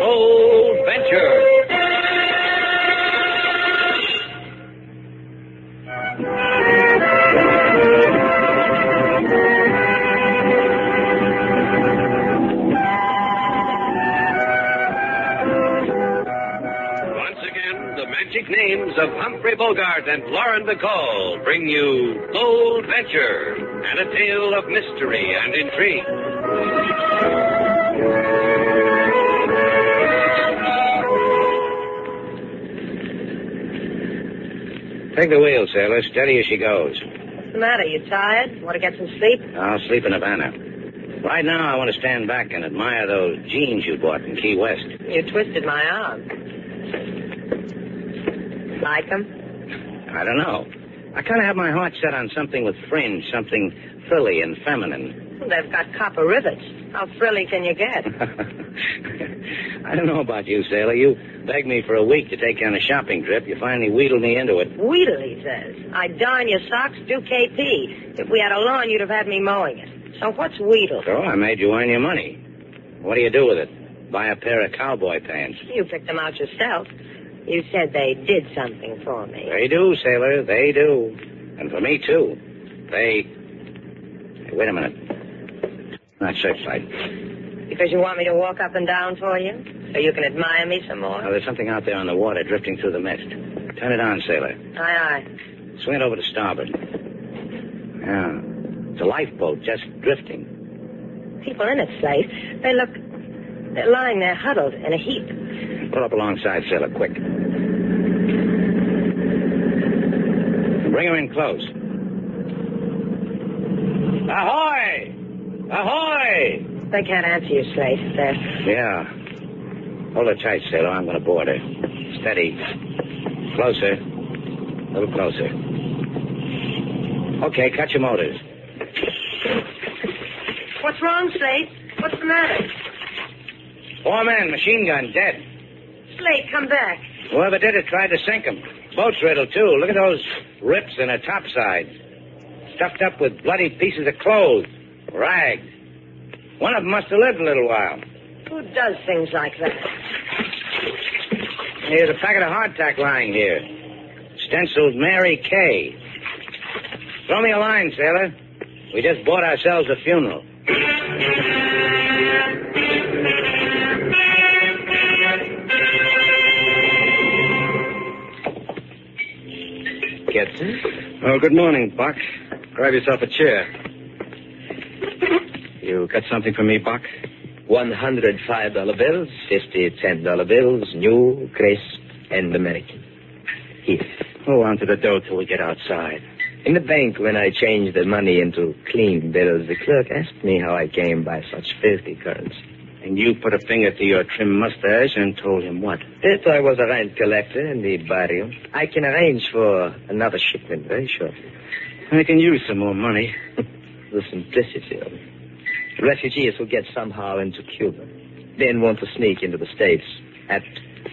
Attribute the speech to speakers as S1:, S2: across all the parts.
S1: Bold Venture. Once again, the magic names of Humphrey Bogart and Lauren Bacall bring you Bold Venture and a tale of mystery and intrigue. Take the wheel, sailor, steady as she goes.
S2: What's the matter? You tired? Want to get some sleep?
S1: I'll sleep in Havana. Right now, I want to stand back and admire those jeans you bought in Key West.
S2: You twisted my arm. Like 'em?
S1: I don't know. I kind of have my heart set on something with fringe, something frilly and feminine.
S2: They've got copper rivets. How frilly can you get?
S1: I don't know about you, Sailor. You begged me for a week to take you on a shopping trip. You finally wheedled me into it.
S2: Weedle, he says. I darn your socks, do KP. If we had a lawn, you'd have had me mowing it. So what's Weedle?
S1: So I made you earn your money. What do you do with it? Buy a pair of cowboy pants.
S2: You picked them out yourself. You said they did something for me.
S1: They do, Sailor. They do. And for me, too. They. Hey, wait a minute. Not searchlight.
S2: Because you want me to walk up and down for you? So you can admire me some
S1: Now,
S2: more?
S1: there's something out there on the water drifting through the mist. Turn it on, sailor.
S2: Aye, aye.
S1: Swing it over to starboard. Yeah. It's a lifeboat just drifting.
S2: People in it, Slate, they look... They're lying there huddled in a heap.
S1: Pull up alongside, sailor, quick. Bring her in close. Ahoy! Ahoy!
S2: They can't answer you, Slate. They're...
S1: Yeah. Hold her tight, sailor. I'm going to board her. Steady. Closer. A little closer. Okay, cut your motors.
S2: What's wrong, Slate? What's the matter?
S1: Four men, machine gun, dead.
S2: Slate, come back.
S1: Whoever did it tried to sink 'em. Boat's riddled, too. Look at those rips in her topside. Stuffed up with bloody pieces of clothes. Rags. One of 'em must have lived a little while.
S2: Who does things like that?
S1: Here's a packet of hardtack lying here. Stenciled Mary Kay. Throw me a line, sailor. We just bought ourselves a funeral.
S3: Kitson?
S1: Oh, good morning, Buck. Grab yourself a chair. You got something for me, Buck?
S3: One hundred five dollar bills, fifty ten dollar bills, new, crisp, and American. Here.
S1: Hold on to the dough till we get outside.
S3: In the bank, when I changed the money into clean bills, the clerk asked me how I came by such filthy currency.
S1: And you put a finger to your trim mustache and told him what?
S3: That I was a rent collector in the barrio. I can arrange for another shipment very shortly.
S1: I can use some more money.
S3: The simplicity of it. Refugees who get somehow into Cuba, then want to sneak into the States at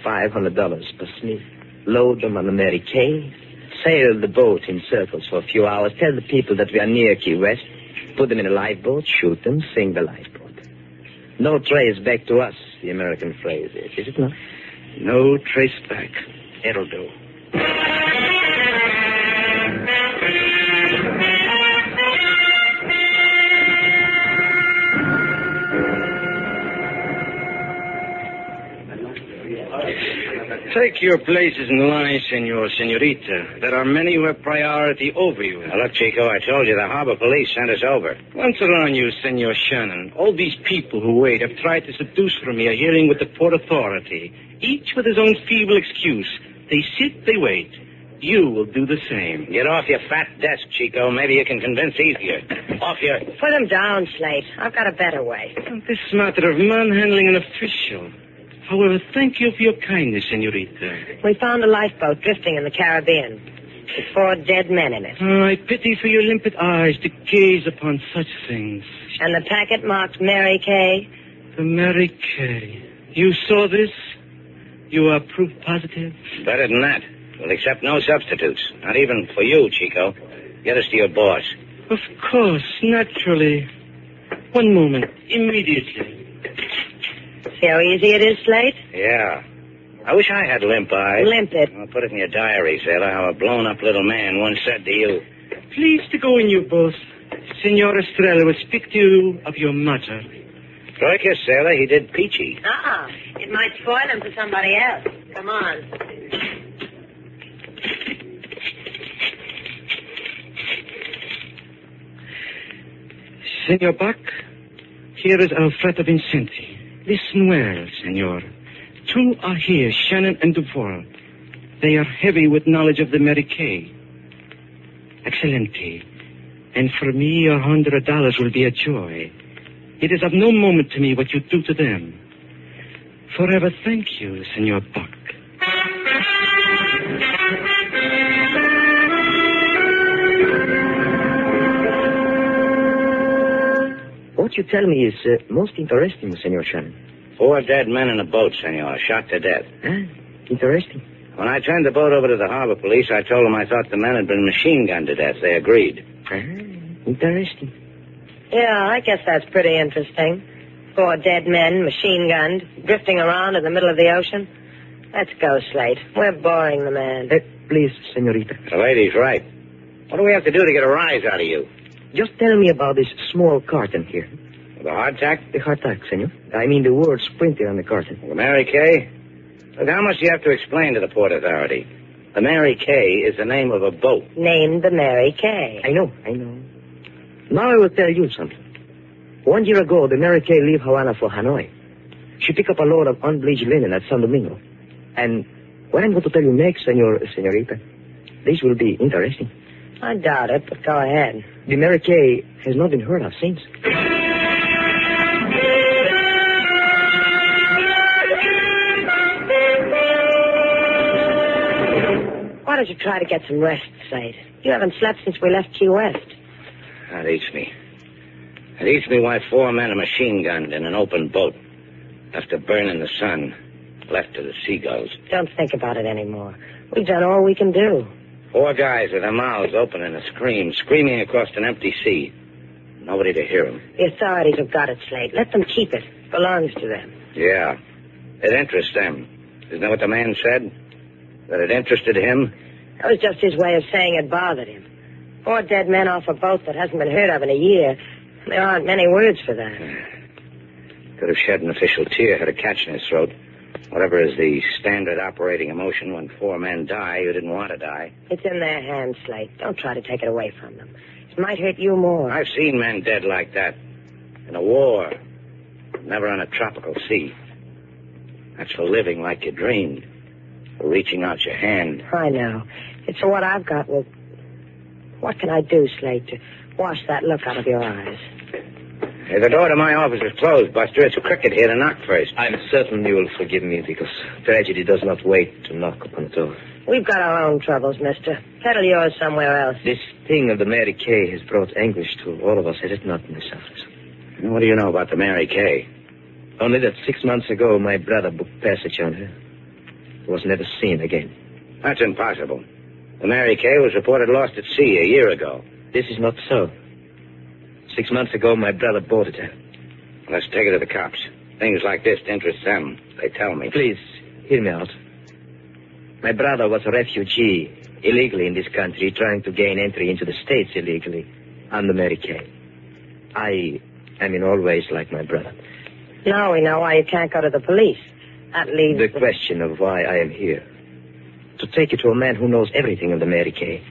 S3: $500 per sneak. Load them on the Mary Kay, sail the boat in circles for a few hours, tell the people that we are near Key West, put them in a lifeboat, shoot them, sink the lifeboat. No trace back to us, the American phrase is, is it not?
S1: No trace back. It'll do.
S4: Take your places in line, senor, senorita. There are many who have priority over you.
S1: Now, look, Chico, I told you the harbor police sent us over.
S4: Once around you, senor Shannon. All these people who wait have tried to seduce from me a hearing with the port authority, each with his own feeble excuse. They sit, they wait. You will do the same.
S1: Get off your fat desk, Chico. Maybe you can convince easier. off your.
S2: Put him down, Slate. I've got a better way.
S4: This matter of manhandling an official. However, thank you for your kindness, senorita.
S2: We found a lifeboat drifting in the Caribbean with four dead men in it,
S4: Ah, I pity for your limpid eyes to gaze upon such things.
S2: and the packet marked Mary Kay.
S4: The Mary Kay. You saw this? You are proof positive?
S1: Better than that. We'll accept no substitutes, not even for you, Chico. Get us to your boss.
S4: Of course, naturally. One moment, immediately.
S2: See how easy it is, Slate?
S1: Yeah. I wish I had limp eyes.
S2: Limp it.
S1: I'll put it in your diary, sailor, how a blown up little man once said to you.
S4: Pleased to go in, you both. Senor Estrella will speak to you of your matter.
S1: Troika, sailor, he did peachy.
S2: Uh-uh. It might spoil him for somebody else. Come on.
S4: Senor Buck, here is Alfredo Vincenti. Listen well, senor. Two are here, Shannon and Duval. They are heavy with knowledge of the Mary Kay. Excelente. And for me, your hundred dollars will be a joy. It is of no moment to me what you do to them. Forever thank you, Senor Buck.
S3: What you tell me is uh, most interesting, Senor Shannon.
S1: Four dead men in a boat, senor, shot to death.
S3: Huh? Interesting?
S1: When I turned the boat over to the harbor police, I told them I thought the men had been machine gunned to death. They agreed.
S3: Ah, interesting.
S2: Yeah, I guess that's pretty interesting. Four dead men, machine gunned, drifting around in the middle of the ocean. Let's go, Slate. We're boring the man.
S3: Uh, please, Senorita,
S1: The lady's right. What do we have to do to get a rise out of you?
S3: just tell me about this small carton here.
S1: With a hardtack?
S3: The hardtack, Senor. I mean the words printed on the carton.
S1: The Mary Kay? Look, how much do you have to explain to the port authority? The Mary Kay is the name of a boat.
S2: Named the Mary Kay.
S3: I know, I know. Now I will tell you something. One year ago, the Mary Kay leave Havana for Hanoi. She picked up a load of unbleached linen at San Domingo. And what I'm going to tell you next, senor, senorita, this will be interesting.
S2: I doubt it, but go ahead.
S3: The Mary Kay has not been heard of since.
S2: Why don't you try to get some rest, Slate? You haven't slept since we left Key West.
S1: That eats me. That eats me why four men are machine gunned in an open boat. Left to burn in the sun. Left to the seagulls.
S2: Don't think about it anymore. We've done all we can do.
S1: Four guys with their mouths open and a scream, screaming across an empty sea. Nobody to hear 'em.
S2: The authorities have got it, Slate. Let them keep it. Belongs to them.
S1: Yeah. It interests them. Isn't that what the man said? That it interested him?
S2: That was just his way of saying it bothered him. Four dead men off a boat that hasn't been heard of in a year. There aren't many words for that.
S1: Could have shed an official tear, had a catch in his throat. Whatever is the standard operating emotion when four men die who didn't want to die.
S2: It's in their hands, Slate. Don't try to take it away from them. It might hurt you more.
S1: I've seen men dead like that. In a war. Never on a tropical sea. That's for living like you dreamed. For reaching out your hand.
S2: I know. It's for what I've got. Well, what can I do, Slate, to wash that look out of your eyes?
S1: Hey, the door to my office is closed, Buster. It's cricket here to knock first.
S3: I'm certain you will forgive me because tragedy does not wait to knock upon the door.
S2: We've got our own troubles, mister. Settle yours somewhere else.
S3: This thing of the Mary Kay has brought anguish to all of us, has it not, Miss Alfred?
S1: What do you know about the Mary Kay?
S3: Only that six months ago, my brother booked passage on her. Was never seen again.
S1: That's impossible. The Mary Kay was reported lost at sea a year ago.
S3: This is not so. Six months ago, my brother boarded her.
S1: Let's take it to the cops. Things like this interest them. They tell me.
S3: Please, hear me out. My brother was a refugee, illegally in this country, trying to gain entry into the States illegally, on the Mary Kay. I am in all ways like my brother.
S2: Now we know why you can't go to the police. That leaves
S5: The question of why I am here. To take you to a man who knows everything of the Mary Kay.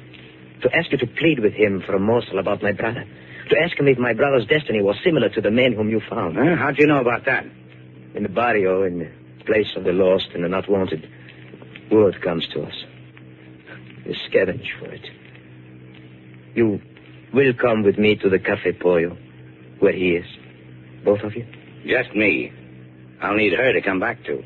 S5: To ask you to plead with him for a morsel about my brother. To ask him if my brother's destiny was similar to the man whom you found.
S1: Huh? How'd you know about that?
S5: In the barrio, in the place of the lost and the not wanted, word comes to us. We scavenge for it. You will come with me to the Cafe Pollo, where he is. Both of you?
S1: Just me. I'll need her to come back to.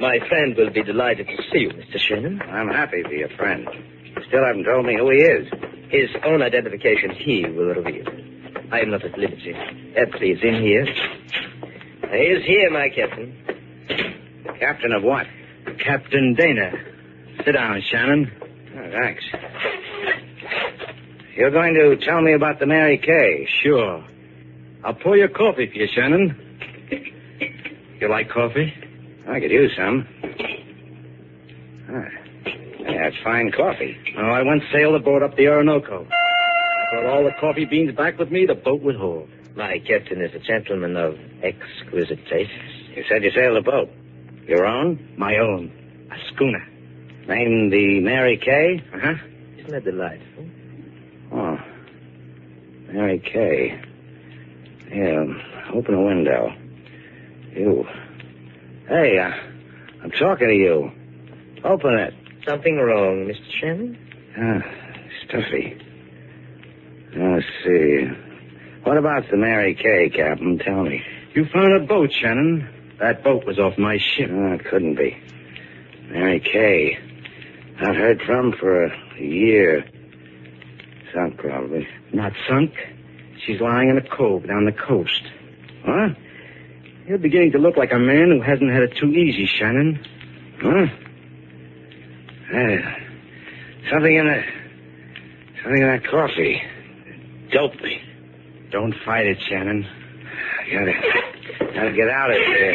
S5: My friend will be delighted to see you, Mr. Shannon.
S1: I'm happy for your friend. You still haven't told me who he is.
S5: His own identification he will reveal. I am not at liberty. Uh, please, in here. He is here, my captain.
S1: Captain of what?
S5: Captain Dana.
S1: Sit down, Shannon. Oh, thanks. You're going to tell me about the Mary Kay. Sure. I'll pour you coffee for you, Shannon. You like coffee? I could use some. Ah, that's fine coffee. Oh, I once sailed a boat up the Orinoco. I brought all the coffee beans back with me the boat would hold.
S5: My captain is a gentleman of exquisite tastes.
S1: You said you sailed a boat. Your own? My own. A schooner. Named the Mary Kay? Uh huh.
S5: Isn't that delightful?
S1: Oh. Mary Kay. Yeah, open a window. You. Hey, uh, I'm talking to you. Open it.
S5: Something wrong, Mr. Shannon?
S1: Ah, stuffy. Let's see. What about the Mary Kay, Captain? Tell me. You found a boat, Shannon. That boat was off my ship. Oh, it couldn't be. Mary Kay. Not heard from for a year. Sunk, probably. Not sunk. She's lying in a cove down the coast. Huh? You're beginning to look like a man who hasn't had it too easy, Shannon. Huh? Ah, something in that. Something in that coffee. Doped me. Don't fight it, Shannon. I gotta. Gotta get out of here.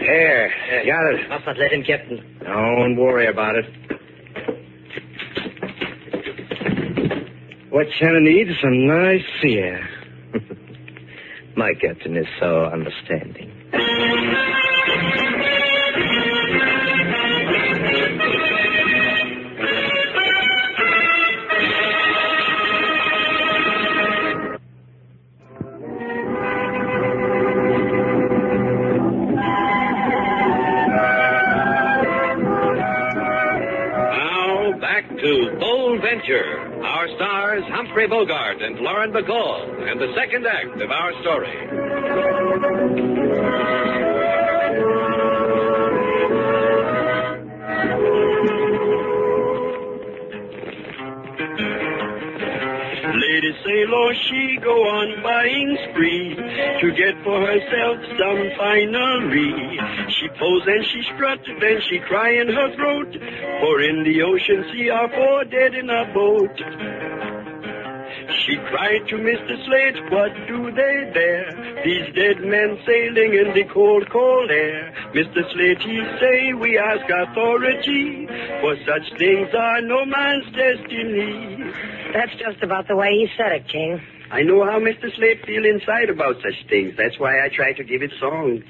S1: There. Got it.
S5: Must not let him, Captain.
S1: Don't worry about it. What Shannon needs is some nice sea air.
S5: My captain is so understanding.
S6: Now back to Bold Venture. Our stars Humphrey Bogart and Lauren Bacall, and the second act of our story.
S7: Lady Sailor, she go on buying spree to get for herself some finery. She pose and she strut, then she cry in her throat, for in the ocean she are four dead in a boat. She cried to Mr. Slate, what do they there? These dead men sailing in the cold, cold air. Mr. Slate, he say, we ask authority, for such things are no man's destiny.
S2: That's just about the way he said it, King.
S7: I know how Mr. Slate feel inside about such things. That's why I try to give it song.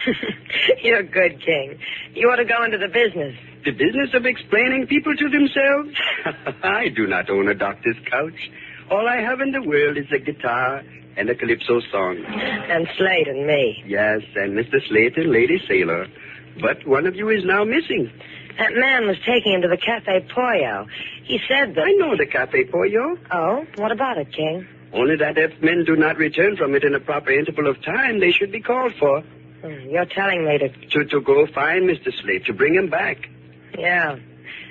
S2: You're good, King. You ought to go into the business.
S7: The business of explaining people to themselves? I do not own a doctor's couch. All I have in the world is a guitar and a calypso song.
S2: And Slade and me.
S7: Yes, and Mr. Slate and Lady Sailor. But one of you is now missing.
S2: That man was taking him to the Cafe Pollo. He said that.
S7: I know the Cafe Pollo.
S2: Oh, what about it, King?
S7: Only that if men do not return from it in a proper interval of time, they should be called for
S2: Hmm, You're telling me to.
S7: to, to go find Mr. Slate, to bring him back.
S2: Yeah.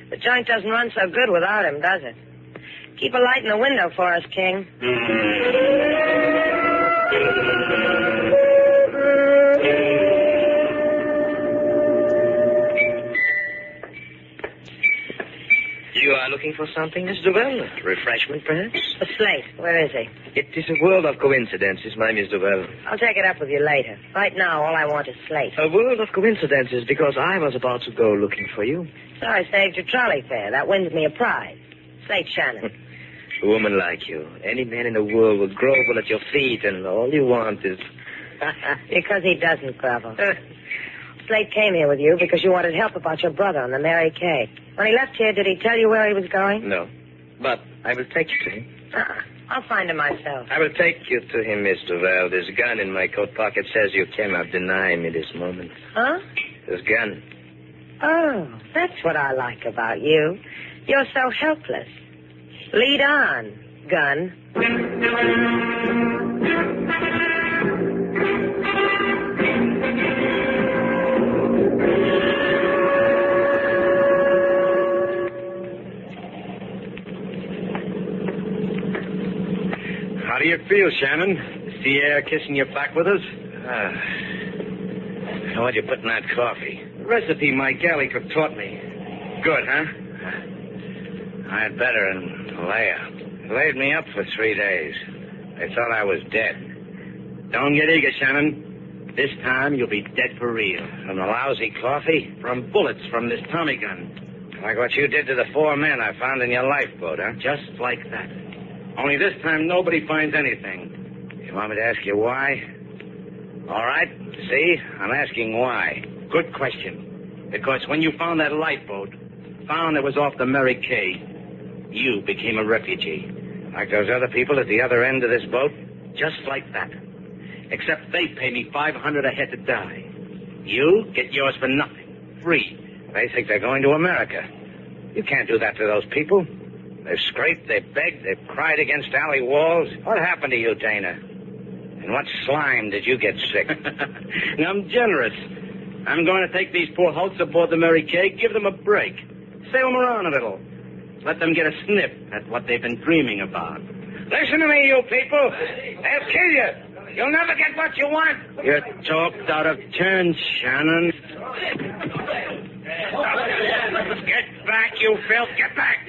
S2: The joint doesn't run so good without him, does it? Keep a light in the window for us, King.
S7: You are
S1: are looking for something, Miss Duval? Refreshment, perhaps?
S2: The slate. Where is he?
S1: It is a world of coincidences, my Miss Duval.
S2: I'll take it up with you later. Right now, all I want is slate.
S1: A world of coincidences because I was about to go looking for you.
S2: So I saved your trolley fare. That wins me a prize. Slate Shannon.
S1: A woman like you, any man in the world would grovel at your feet, and all you want is. eh,
S2: because he doesn't grovel. Slate came here with you because you wanted help about your brother on the Mary Kay. When he left here, did he tell you where he was going?
S1: no. But I will take you to him.
S2: Uh-uh. I'll find him myself.
S1: I will take you to him, Miss Duval. This gun in my coat pocket says you cannot deny me this moment.
S2: Huh?
S1: This gun.
S2: Oh, that's what I like about you. You're so helpless. Lead on, gun.
S8: How do you feel, Shannon? Sierra kissing your back with us?
S1: Ah. What'd you put in that coffee?
S8: Recipe my galley cook taught me.
S1: Good, huh? I'd better and lay up. Laid me up for three days. They thought I was dead.
S8: Don't get eager, Shannon.
S1: This time you'll be dead for real. From the lousy coffee?
S8: From bullets from this Tommy gun.
S1: Like what you did to the four men I found in your lifeboat, huh?
S8: Just like that. Only this time nobody finds anything.
S1: You want me to ask you why? All right. See? I'm asking why.
S8: Good question. Because when you found that lifeboat, found it was off the Mary Kay, you became a refugee.
S1: Like those other people at the other end of this boat?
S8: Just like that. Except they pay me 500 a head to die. You get yours for nothing. Free.
S1: They think they're going to America. You can't do that to those people. They've scraped, they've begged, they've cried against alley walls. What happened to you, Dana? And what slime did you get sick?
S8: now, I'm generous. I'm going to take these poor hulks aboard the Mary Kay, give them a break. Sail them around a little. Let them get a sniff at what they've been dreaming about.
S1: Listen to me, you people. They'll kill you. You'll never get what you want.
S8: You're talked out of turn, Shannon.
S1: Get back, you filth. Get back.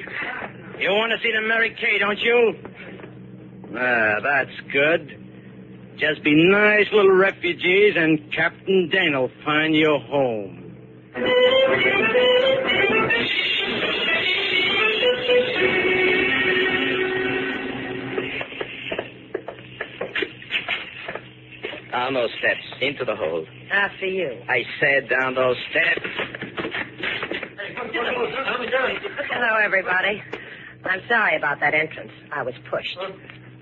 S8: You want to see the Mary Kay, don't you? Ah, that's good. Just be nice little refugees, and Captain Dane'll find you home.
S1: Down those steps, into the hole.
S2: After you.
S1: I said down those steps.
S2: Hello, everybody. I'm sorry about that entrance. I was pushed.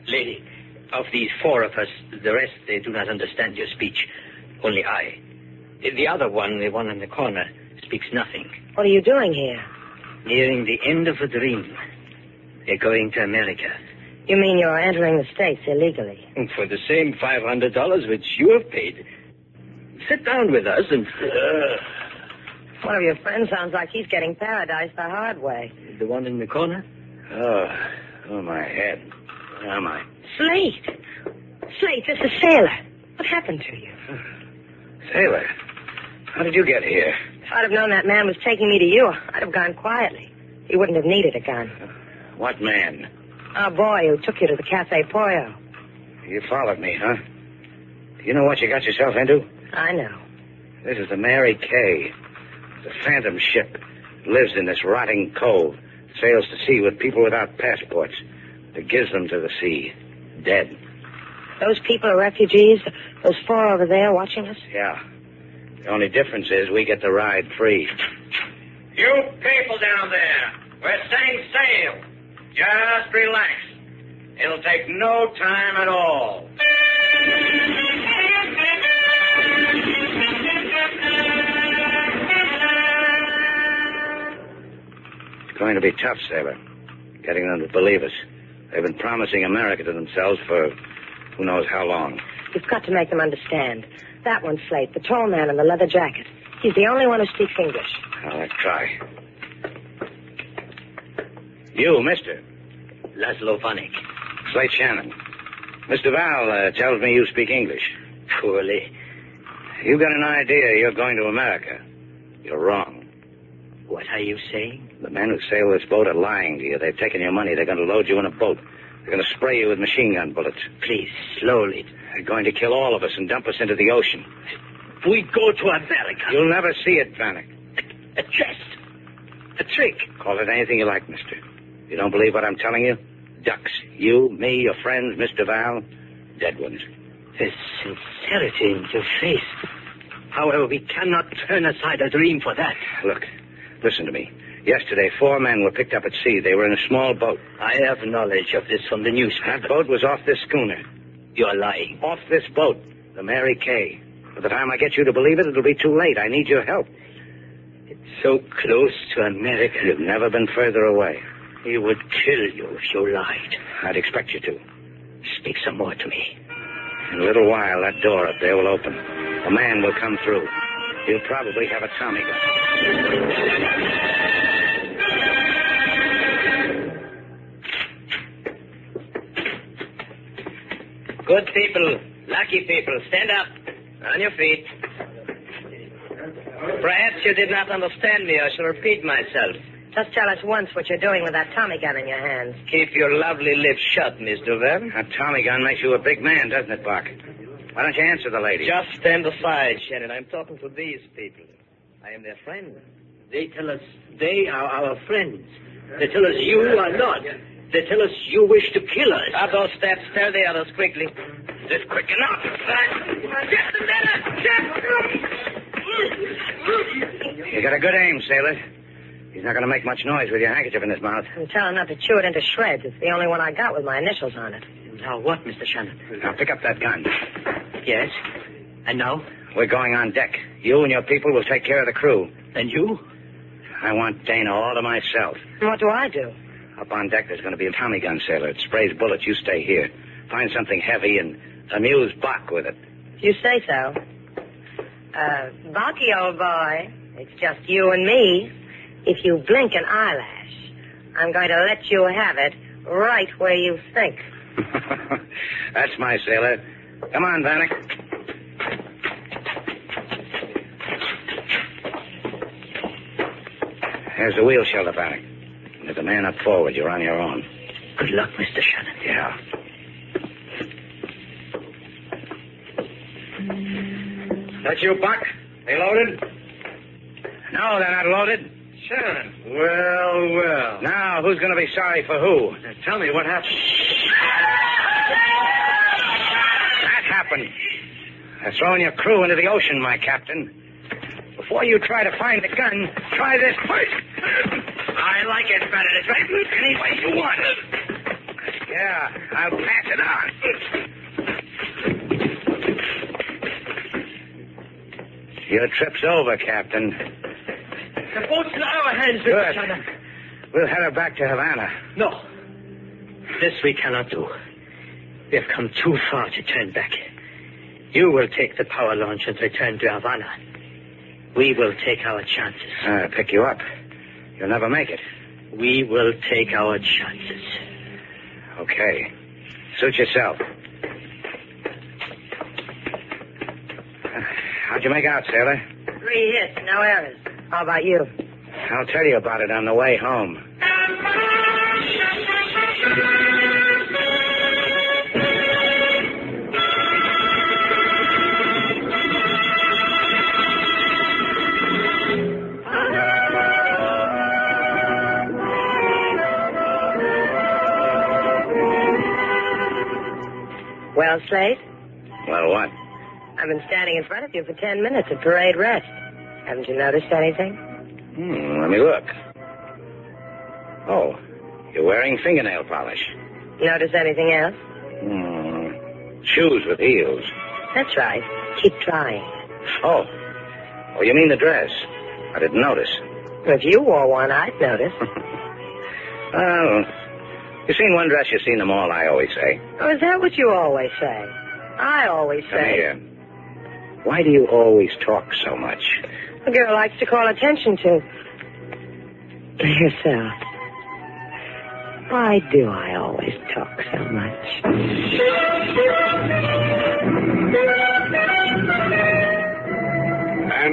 S1: Lady, of these four of us, the rest, they do not understand your speech. Only I. The other one, the one in the corner, speaks nothing.
S2: What are you doing here?
S1: Nearing the end of a dream. They're going to America.
S2: You mean you're entering the States illegally?
S1: For the same $500 which you have paid. Sit down with us and. uh,
S2: One of your friends sounds like he's getting paradise the hard way.
S1: the one in the corner? Oh, oh, my head. Where am I?
S2: Slate! Slate, this is Sailor. What happened to you?
S1: Sailor, how did you get here?
S2: If I'd have known that man was taking me to you, I'd have gone quietly. He wouldn't have needed a gun.
S1: What man?
S2: Our boy who took you to the Cafe Pollo.
S1: You followed me, huh? Do you know what you got yourself into?
S2: I know.
S1: This is the Mary Kay. It's a phantom ship. Lives in this rotting cove. Sails to sea with people without passports. That gives them to the sea. Dead.
S2: Those people are refugees. Those four over there watching us.
S1: Yeah. The only difference is we get to ride free.
S9: You people down there, we're setting sail. Just relax. It'll take no time at all.
S1: It's going to be tough, Sailor. Getting them to believe us. They've been promising America to themselves for who knows how long.
S2: You've got to make them understand. That one, Slate, the tall man in the leather jacket. He's the only one who speaks English.
S1: Now, let's try. You, mister.
S9: Laszlo Vanek.
S1: Slate Shannon. Miss Duval uh, tells me you speak English. Poorly. You got an idea you're going to America. You're wrong.
S3: What are you saying?
S1: The men who sail this boat are lying to you. They've taken your money. They're going to load you in a boat. They're going to spray you with machine gun bullets.
S3: Please, slowly.
S1: They're going to kill all of us and dump us into the ocean.
S3: We go to America.
S1: You'll never see it, Vanek.
S3: A jest. A trick.
S1: Call it anything you like, mister. You don't believe what I'm telling you? Ducks. You, me, your friends, Mr. Val. Dead ones.
S3: There's sincerity in your face. However, we cannot turn aside a dream for that.
S1: Look, listen to me. Yesterday, four men were picked up at sea. They were in a small boat.
S3: I have knowledge of this from the newspaper.
S1: That boat was off this schooner.
S3: You're lying.
S1: Off this boat. The Mary Kay. By the time I get you to believe it, it'll be too late. I need your help.
S3: So close to America.
S1: You've never been further away.
S3: He would kill you if you lied.
S1: I'd expect you to.
S3: Speak some more to me.
S1: In a little while, that door up there will open. A man will come through. He'll probably have a Tommy gun.
S3: Good people, lucky people, stand up. On your feet. Perhaps you did not understand me. I shall repeat myself.
S2: Just tell us once what you're doing with that Tommy gun in your hand.
S3: Keep your lovely lips shut, Miss Duval.
S1: A Tommy gun makes you a big man, doesn't it, Buck? Why don't you answer the lady?
S3: Just stand aside, Shannon. I'm talking to these people. I am their friend.
S10: They tell us they are our friends. They tell us you are not. They tell us you wish to kill us.
S3: Up those steps. Tell the others quickly.
S1: This quick enough.
S3: Just a minute.
S1: You got a good aim, sailor. He's not going to make much noise with your handkerchief in his mouth.
S2: And tell him not to chew it into shreds. It's the only one I got with my initials on it.
S10: Now what, Mr. Shannon?
S1: Now pick up that gun.
S10: Yes. And now?
S1: We're going on deck. You and your people will take care of the crew.
S10: And you?
S1: I want Dana all to myself.
S2: And what do I do?
S1: Up on deck, there's going to be a Tommy gun sailor. It sprays bullets. You stay here. Find something heavy and amuse Buck with it.
S2: You say so. Uh, Bucky, old boy, it's just you and me. If you blink an eyelash, I'm going to let you have it right where you think.
S1: That's my sailor. Come on, Vanek. There's the wheel shelter, Vanek. There's a man up forward. You're on your own.
S10: Good luck, Mr. Shannon.
S1: Yeah. That you, Buck? They loaded? No, they're not loaded.
S10: Shannon. Well, well.
S1: Now, who's going to be sorry for who?
S10: tell me what happened.
S1: That happened. They're throwing your crew into the ocean, my captain. Before you try to find the gun, try this first. I like it better this way. Any way you want. Yeah, I'll pass it on. Your trip's over, Captain.
S10: The boat's in our hands,
S1: Good. We'll head her back to Havana.
S10: No. This we cannot do. We have come too far to turn back. You will take the power launch and return to Havana. We will take our chances.
S1: Uh, pick you up. You'll never make it.
S10: We will take our chances.
S1: Okay. Suit yourself. How'd you make out, sailor?
S2: Three hits, no errors. How about you?
S1: I'll tell you about it on the way home.
S2: Well, Slate,
S1: Well, what?
S2: I've been standing in front of you for ten minutes at parade rest. Haven't you noticed anything?
S1: Hmm, let me look. Oh, you're wearing fingernail polish.
S2: Notice anything else?
S1: Hmm. Shoes with heels.
S2: That's right. Keep trying.
S1: Oh. Oh, you mean the dress? I didn't notice.
S2: If you wore one, I'd notice.
S1: Well, you've seen one dress, you've seen them all, I always say.
S2: Oh, is that what you always say? I always
S1: Come
S2: say.
S1: here. Why do you always talk so much?
S2: A girl likes to call attention to herself. Why do I always talk so much?
S1: That